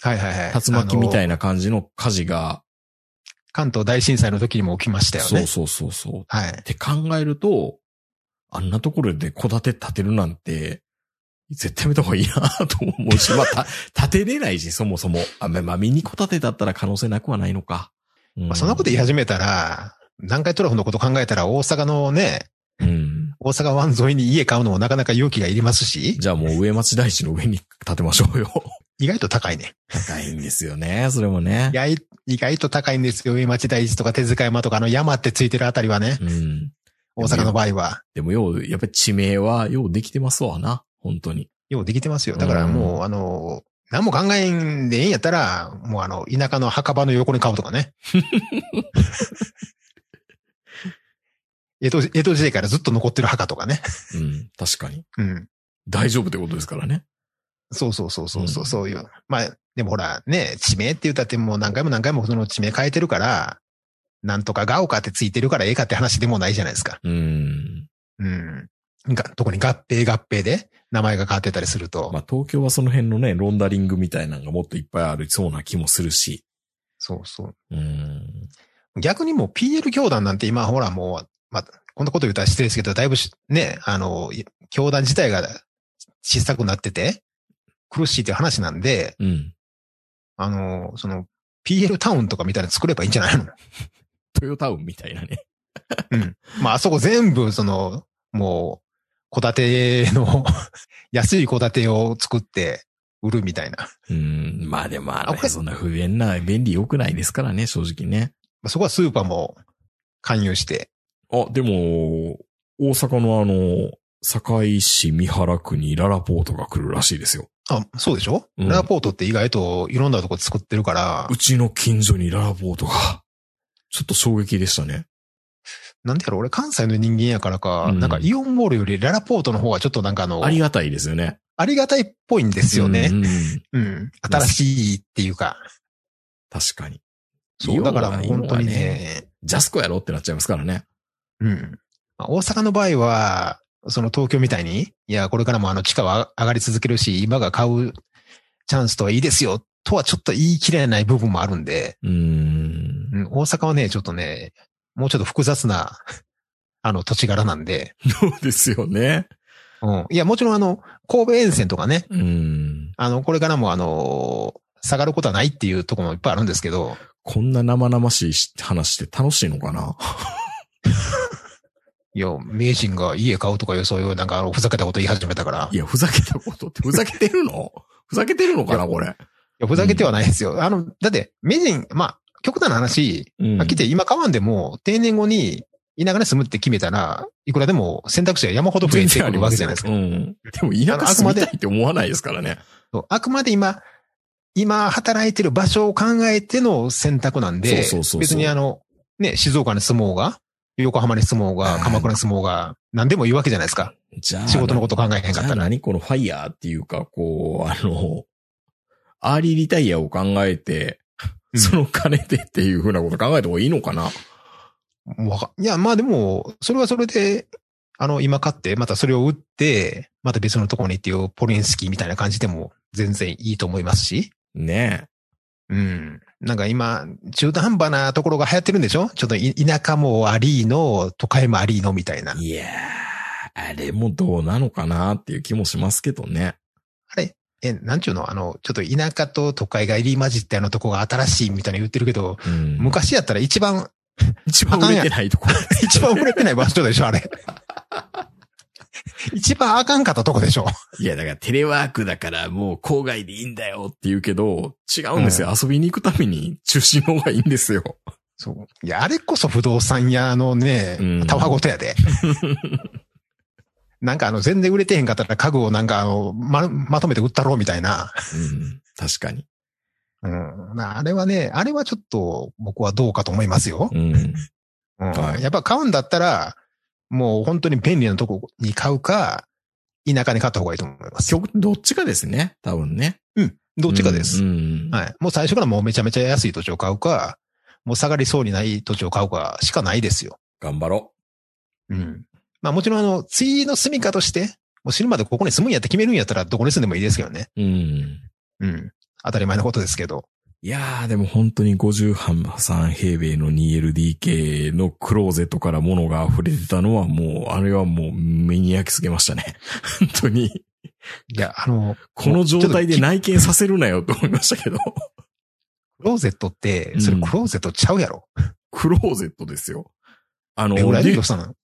はいはいはい。
竜巻みた
い。
いな感じの火事が、
関東大震災の時にも起きましたよ
そ
ね。
うそうそうそう。っ
はい。
て考えると、あんなところで戸建て建てるなんて、絶対やめた方がいいなと思う し、まあ、た建てれないし、そもそも。あまあまあ、ミニ戸建てだったら可能性なくはないのか。うん
まあ、そんなこと言い始めたら、南海トラフのこと考えたら大阪のね、
うん。
大阪湾沿いに家買うのもなかなか勇気がいりますし、
じゃあもう上町大地の上に建てましょうよ。
意外と高いね。
高いんですよね、それもね
意。外意外と高いんですよ。上町大地とか手塚山とかあの山ってついてるあたりはね、
うん。
大阪の場合は。
でもよう、やっぱり地名はようできてますわな、本当に。
ようできてますよ。だからもう、あの、何も考えんでええんやったら、もうあの、田舎の墓場の横に買うとかね。江戸、江戸時代からずっと残ってる墓とかね。
うん、確かに。
うん。
大丈夫ってことですからね。
そうそうそうそうそうう、
ん
そういう。まあ、でもほら、ね、地名って言ったってもう何回も何回もその地名変えてるから、なんとかが丘ってついてるからええかって話でもないじゃないですか。
うん。
うん。が特に合併合併で名前が変わってたりすると、
まあ東京はその辺のね、ロンダリングみたいなのがもっといっぱいありそうな気もするし。
そうそう。
うん。
逆にもう PL 教団なんて今ほらもう、まあ、こんなこと言うたら失礼ですけど、だいぶしね、あの、教団自体が小さくなってて、苦しいっていう話なんで、
うん。
あの、その、PL タウンとかみたいなの作ればいいんじゃないの
トヨタウンみたいなね。
まあ、あそこ全部、その、もう、戸建ての、 安い戸建てを作って売るみたいな。ま
うん。まあでもあ
あこれ
れ、そんな不便な、便利良くないですからね、正直ね。
あそこはスーパーも勧誘して、
あ、でも、大阪のあの、堺市三原区にララポートが来るらしいですよ。
あ、そうでしょ、
うん
ララポートって意外といろんなとこ作ってるから
う、ちの近所にララポートが。ちょっと衝撃でしたね。
なんでやろ俺関西の人間やからか、
うん
なんかイオンモールよりララポートの方はちょっとなんかあの、
あ
あ
り
り
がたいですよね。
がたいっぽいんですよね。
うんうん
うん、新しいっていうか。
確かに。
そ
イオ
う、
ンは
だからもう本当にね、
ジャスコやろってなっちゃいますからね。
うん。まあ大阪の場合は、その東京みたいに、いや、これからもあの地価は上がり続けるし、今が買うチャンスとはいいですよ、とはちょっと言い切れない部分もあるんで、
うーん。
うん、大阪はね、ちょっとね、もうちょっと複雑な、 あの、土地柄なんで、
そうですよね。
うん。いや、もちろんあの、神戸沿線とかね、
うん。
あの、これからもあの、下がることはないっていうところもいっぱいあるんですけど、
こんな生々しいし話して楽しいのか な
いや、名人が家買うとかいう、そういうなんかあのふざけたこと言い始めたから、い
いや、ふざけたことって、ふざけてる のふざけてるのか
い
な
や
これ。
や、ふざけてはないですよ。あの、だって、名人、まあ、極端な話、
うん
飽きて今買わんでも、定年後に、田舎に住むって決めたら、いくらでも選択肢が山ほど増えてくるわけじゃないですか。
全然ありますようん。でも、田舎住みたいって思わないですからね。
そうあくまで今、今働いてる場所を考えての選択なん
そう
で、
そうそうそう
別にあの、ね、静岡に住もうが、横浜に住もうが、鎌倉に住もうが、何でもいいわけじゃないですか。
じゃあ、
仕事のこと考えへん
じ
かっ
ゃ
た
あ
ら。
何このファイヤーっていうか、こう、あの、アーリーリタイアを考えて、
うん
その金でっていうふうなこと考えた方がいいのかな、
わかいや、まあでも、それはそれで、あの、今買って、またそれを売って、また別のところにっていうポリンスキーみたいな感じでも全然いいと思いますし。
ね
うん。なんか今、中途半端なところが流行ってるんでしょちょっとい田舎もありの、都会もありのみたいな
え。。いやー、あれもどうなのかなっていう気もしますけどね。
え、なんちゅうのあの、ちょっと田舎と都会が入り混じってあのとこが新しいみたいに言ってるけど、
うん、
昔やったら一番、
一番売れてないところ。
一番売れてない場所でしょあれ。 一番あかんかったとこでしょ
いや、だからテレワークだからもう郊外でいいんだよって言うけど、違うんですよ。遊びに行くために中心の方がいいんですよ。
そう。いや、あれこそ不動産屋のね
うん、
たわごと やで。なんかあの、全然売れてへんかったら家具をなんかあの、ま、まとめて売ったろうみたいな。
うん、確かに。
うん。なあれはね、あれはちょっと僕はどうかと思いますよ。
うん。
うん
はい
やっぱ買うんだったら、もう本当に便利なとこに買うか、田舎に買った方がいいと思います。
極どっちかですね。多分ね。
どっちかです、
うんうん
はい。もう最初からもうめちゃめちゃ安い土地を買うか、もう下がりそうにない土地を買うかしかないですよ。
頑張ろ
うん。まあもちろんあの、次の住みかとして、もう死ぬまでここに住むんやって決めるんやったらどこに住んでもいいですけどね。
う。うん。
うん。当たり前のことですけど。
いやー、でも本当に53平米の 2LDK のクローゼットから物が溢れてたのはもう、あれはもう目に焼き付けましたね。本当に。
いや、あの、
この状態で
ちょっと
内見させるなよと思いましたけど。
クローゼットって、それ
うん
クローゼットちゃうやろ。
クローゼットですよ。あの、
レゴライ
で
ドさん。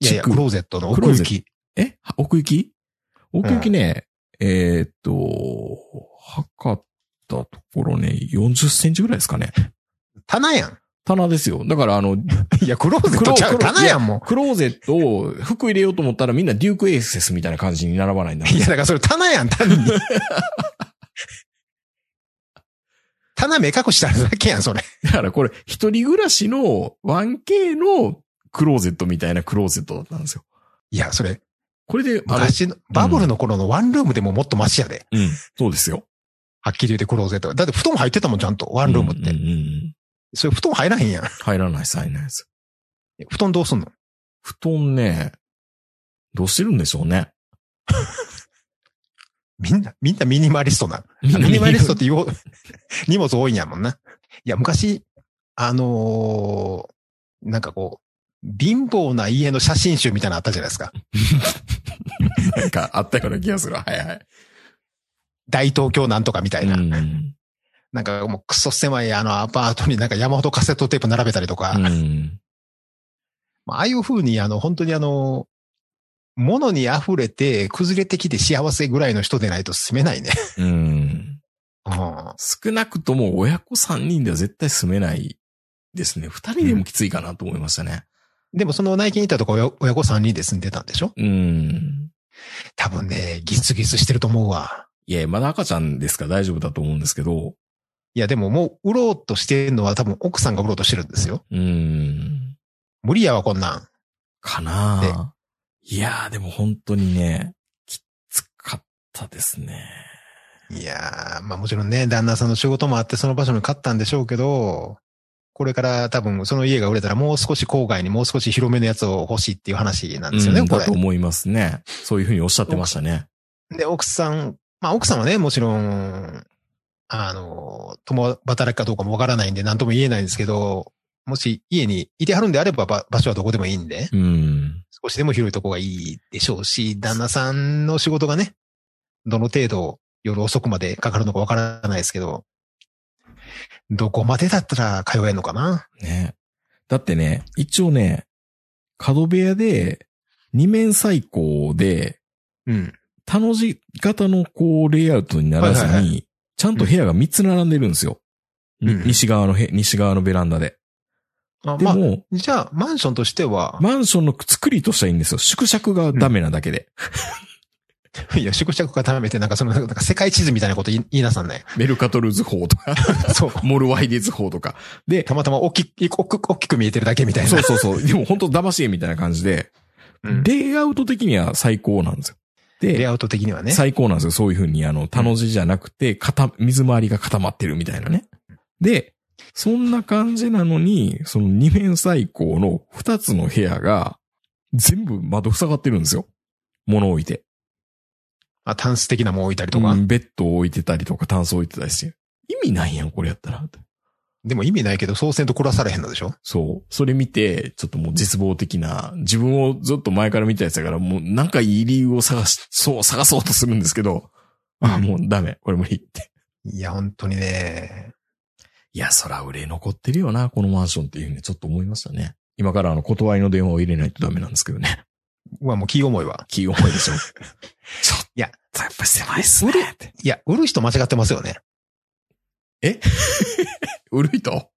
いやいや、
地区
クローゼットの
ク
奥
ロー
行
ゼット
き。
え奥行き奥行きね、えーっと、測ったところね、40センチぐらいですかね。
棚やん。
棚ですよ。だからあの、
いや、クローゼットちゃう。
クロ
棚やんも
クローゼットを服入れようと思ったらみんなデュークエーセスみたいな感じに並ばないんだ
ん。。いや、だからそれ棚や ん、単に。棚目隠しただけやん、それ。
だからこれ、一人暮らしの 1K のクローゼットみたいなクローゼットだったんですよ。
いや、それ、
これで、あの、
昔の、バブルの頃のワンルームでももっとマシやで。
うん、そうですよ。
はっきり言ってクローゼット。だって布団入ってたもん、ちゃんと。ワンルームって。
うんうんうん
それ布団入らへんやん。
入らない、入らないです。
布団どうすんの
布団ね、どうしてるんでしょうね。
みんな、みんなミニマリストな。
ミ
あミニマリストって言おう。 荷物多いんやもんな。いや、昔、あのーなんかこう、貧乏な家の写真集みたいなのあったじゃないですか。
なんかあったような気がする。はいはい。
大東京なんとかみたいな。
うん。
なんかもうクソ狭いあのアパートになんか山ほどカセットテープ並べたりとか、
うん。
まあああいう風にあの本当にあの、物に溢れて崩れてきて幸せぐらいの人でないと住めないね。
うん。
うん
少なくとも親子3人では絶対住めないですね。2人でもきついかなと思いましたね。
でもその内見に行ったとこ親親子さんにで住んでたんでしょ
うん。
多分ね、ギスギスしてると思うわ。
いや、まだ赤ちゃんですから大丈夫だと思うんですけど、
いやでももう売ろうとしてるのは多分奥さんが売ろうとしてるんですよ。
うーん、
無理やわこんなん。
かなあいやー、でも本当にね、きつかったですね。
いやー、まあもちろんね、旦那さんの仕事もあってその場所に買ったんでしょうけど、これから多分その家が売れたらもう少し郊外にもう少し広めのやつを欲しいっていう話なんですよね、
うん
こ
だと
れ。
思いますね。そういうふうにおっしゃってましたね。
で、奥さん、まあ奥さんはね、もちろん、あの、共働きかどうかもわからないんで何とも言えないんですけど、もし家にいてはるんであればば場所はどこでもいいんで、
うん。
少しでも広いとこがいいでしょうし、旦那さんの仕事がね、どの程度夜遅くまでかかるのかわからないですけど、どこまでだったら通えるのかな
ね。だってね、一応ね、角部屋で、二面最高で、
うん。
他の字型のこう、レイアウトにならず
はいはいは
に、ちゃんと部屋が3つ並んでるんですよ。に
うん
西側のへ、西側のベランダで。
あ
で
まあ、
も、
じゃあ、マンションとしては、
マンションの作りとしてはいいんですよ。縮尺がダメなだけで。
いや、縮尺固めて、なんかその、なんか世界地図みたいなこと言い言いなさ んね。
メルカトル図法と か、
そう。
モルワイデ図法とか。で
た、またま大きく、大きく大きく見えてるだけみたいな。
そうそうそう。でも本当騙し絵みたいな感じで、
うん
レイアウト的には最高なんですよ。
レイ
で、
アウト的にはね。
最高なんですよ。そういうふうに、あの、田の字じゃなくて、固水回りが固まってるみたいなね。で、そんな感じなのに、その二面最高の二つの部屋が、全部窓塞がってるんですよ。物置いて。
あ、タンス的なもん置いたりとか。
うんベッドを置いてたりとか、炭素置いてたりして。意味ないやん、これやったら。
でも意味ないけど、そうせんと殺されへんのでしょ
そう。それ見て、ちょっともう絶望的な、自分をずっと前から見たやつだから、もうなんかいい理由を探し、そう、探そうとするんですけど、あ、
うん
もうダメ。これ無理って。
いや、本当にね。
いや、そら憂い残ってるよな、このマンションっていうふうにちょっと思いましたね。今からあの、断りの電話を入れないとダメなんですけどね。
うわ、もう気重いわ。
気重いで しょ。ちょっと、
いや、
やっぱ狭いっすねって。
いや、売る人間違ってますよね。
うるいと。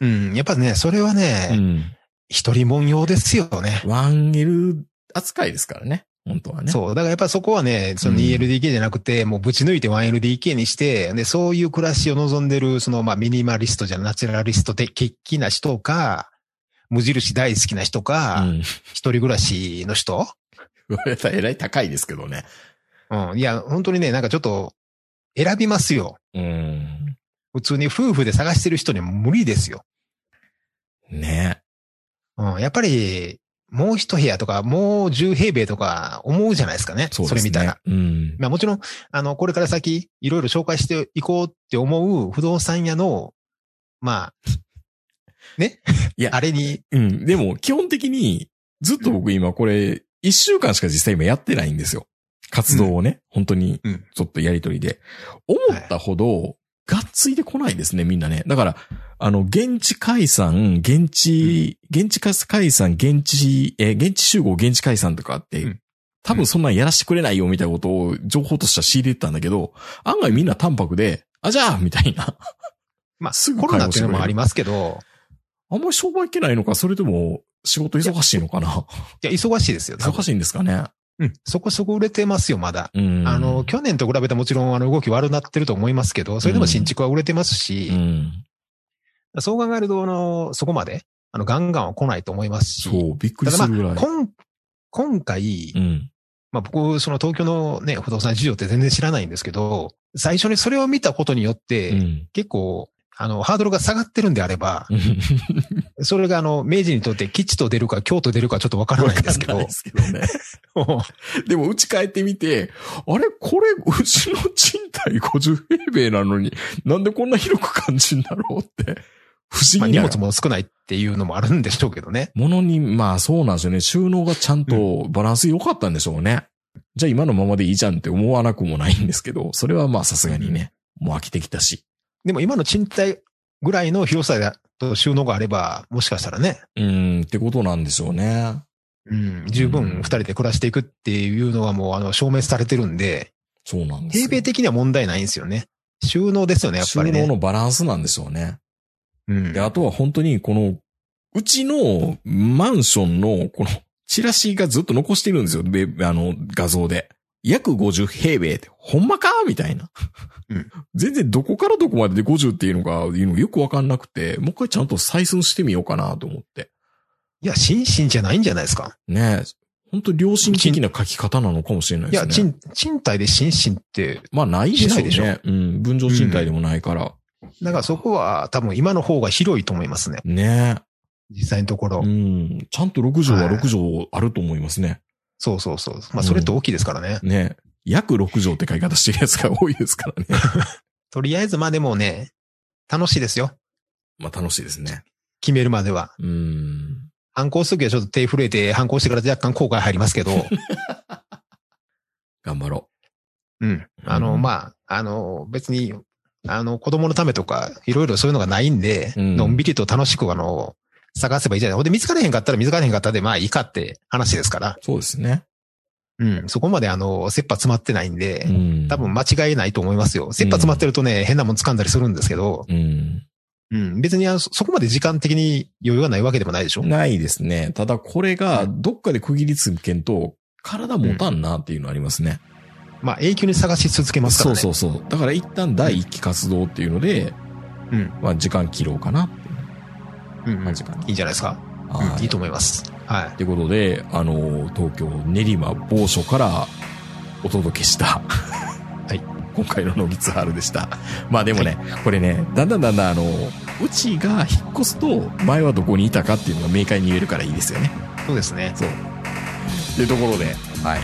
うん、やっぱね、それは
う
ね、
ん。
一、人もん用ですよね。
1L 扱いですからね。本当はね。
そう。だからやっぱそこはね、その
うん
2LDK じゃなくて、もうぶち抜いて 1LDK にして、で、そういう暮らしを望んでる、その、まあ、ミニマリストじゃナチュラリストで、決起な人か、無印大好きな人か、
うん。
一人暮らしの人
言われたらえらい高いですけどね。
うん。いや、本当にね、なんかちょっと、選びますよ。
うん。
普通に夫婦で探してる人には無理ですよ。
ね
うん。やっぱり、もう一部屋とか、もう10平米とか思うじゃないですかね。
そう
そ
で
れ
すね。
見たら。
うん。
まあもちろん、あの、これから先、いろいろ紹介していこうって思う不動産屋の、まあ、ね
いや
あれに、
うん。でも、基本的に、ずっと僕今これ、一週間しか実際今やってないんですよ。活動をね、本当に
うん、
ちょっとやりとりで。思ったほど、がっついてこないですね、みんなね。だから、あの、現地解散、現地、現地解散、現地、えー、現地集合、現地解散とかあって、
うん
多分そんなんやらしてくれないよ、みたいなことを情報としては仕入れてたんだけど、案外みんな淡白で、あ、じゃあみたいな。
ま あ
す、ぐ
コロナっていうの
買い物してくれる
もありますけど、
あんまり商売いけないのか、それとも仕事忙しいのか な。
いや、忙しいですよ。多分
忙しいんですかね。
うん。そこそこ売れてますよ、まだ。
うん。
あの、去年と比べてもちろん、あの、動き悪なってると思いますけど、それでも新築は売れてますし、
うん。
そう考えると、あの、そこまで、あの、ガンガンは来ないと思いますし、
そう、びっくりするぐらい。
こん今回、
うん。
まあ僕、その東京のね、不動産事情って全然知らないんですけど、最初にそれを見たことによって、
うん。
結構、あの、ハードルが下がってるんであれば、それがあの、明治にとって吉と出るか京と出るかちょっとわから
わ
ないんで
か
す
ん
け
ない
ど
で、すけどね。 でも、うち帰ってみて、あれこれ、うちの賃貸50平米なのに、なんでこんな広く感じんだろうって、不思
まあ
議
荷
な。
物も少ないっっていうのもあるんでしょうけどね。
ものに、まあそうなんですよね。収納がちゃんとバランス良かったんでしょうね。じゃあ今のままでいいじゃんって思わなくもないんですけど、それはまあさすがにね、もう飽きてきたし。
でも今の賃貸ぐらいの広さだと収納があれば、もしかしたらね、
うーん、ってことなんでしょうね。
うん、十
うん
分二人で暮らしていくっていうのはもうあの証明されてるんで、
そうなんですよ
平米的には問題ないんですよね。収納ですよね、やっぱり
収納
ね。
のバランスなんでしょうね。
うん
で、あとは本当にこの、うちのマンションのこのチラシがずっと残してるんですよ。べあの、画像で。約50平米って、ほんまかみたいな。
うん
全然どこからどこまでで50っていうのか、いうのよくわかんなくて、もう一回ちゃんと採寸してみようかなと思って。
いや、心身じゃないんじゃないですか。
ねえ。本当良心的な書き方なのかもしれない
い
です
や、
ね。
賃、賃貸で心身って、
まあないでしょうね。
しない
うん。分譲賃貸でもないから。
だからそこは多分今の方が広いと思いますね。
ねえ。
実際のところ。
うん。ちゃんと6畳は
はい
6畳あると思いますね。
そうそうそう。まあ、それって大きいですからね。
ね。約6畳って書き方してるやつが多いですからね。
とりあえず、まあでもね、楽しいですよ。
まあ楽しいですね。
決めるまでは。
うん。
反抗するときはちょっと手震えて、反抗してから若干後悔入り ますけど、
頑張ろ
うん。あの、まあ、あの、別に、あの、子供のためとか、いろいろそういうのがないんで、
うん
のんびりと楽しく、あの、探せばいいじゃない。ほんで、見つからへんかったら見つからへんかったで、まあいいかって話ですから
う。。そうですね。
うん。そこまで、あの、切羽詰まってないんで、
うん。
多分。間違いないと思いますよ。切羽詰まってるとね、変なもん掴んだりするんですけど、
うん。
うん。別にあの、そそこまで時間的に余裕がないわけでもないでしょ。
ないですね。ただこれがどっかで区切りつけんと、体持たんなっていうのありますね。
まあ、永久に探し続けますか
そ
ら
う
ね。
そうそう。だから一旦第一期活動っていうので、
うん
まあ時間切ろうかなっていう
うんう
感
ん、い
じかな。
いんじゃないですか。
は
うん、いいと思います。はい。
ということで、あの、東京練馬某所からお届けした。 はい。今回のノギツハールでした。まあでもね、これね、だんだんだんだんあの、うちが引っ越すと、前はどこにいたかっていうのが明快に言えるからいいですよね。
そうですね。
そう。っていうところで、はい。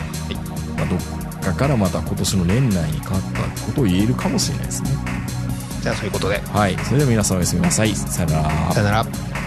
まあ、どっかからまた今年の年内に変わったことを言えるかもしれないですね。
じゃあ、そういうことで。
はい。それでは皆さんおやすみなさい。さよなら
さよなら。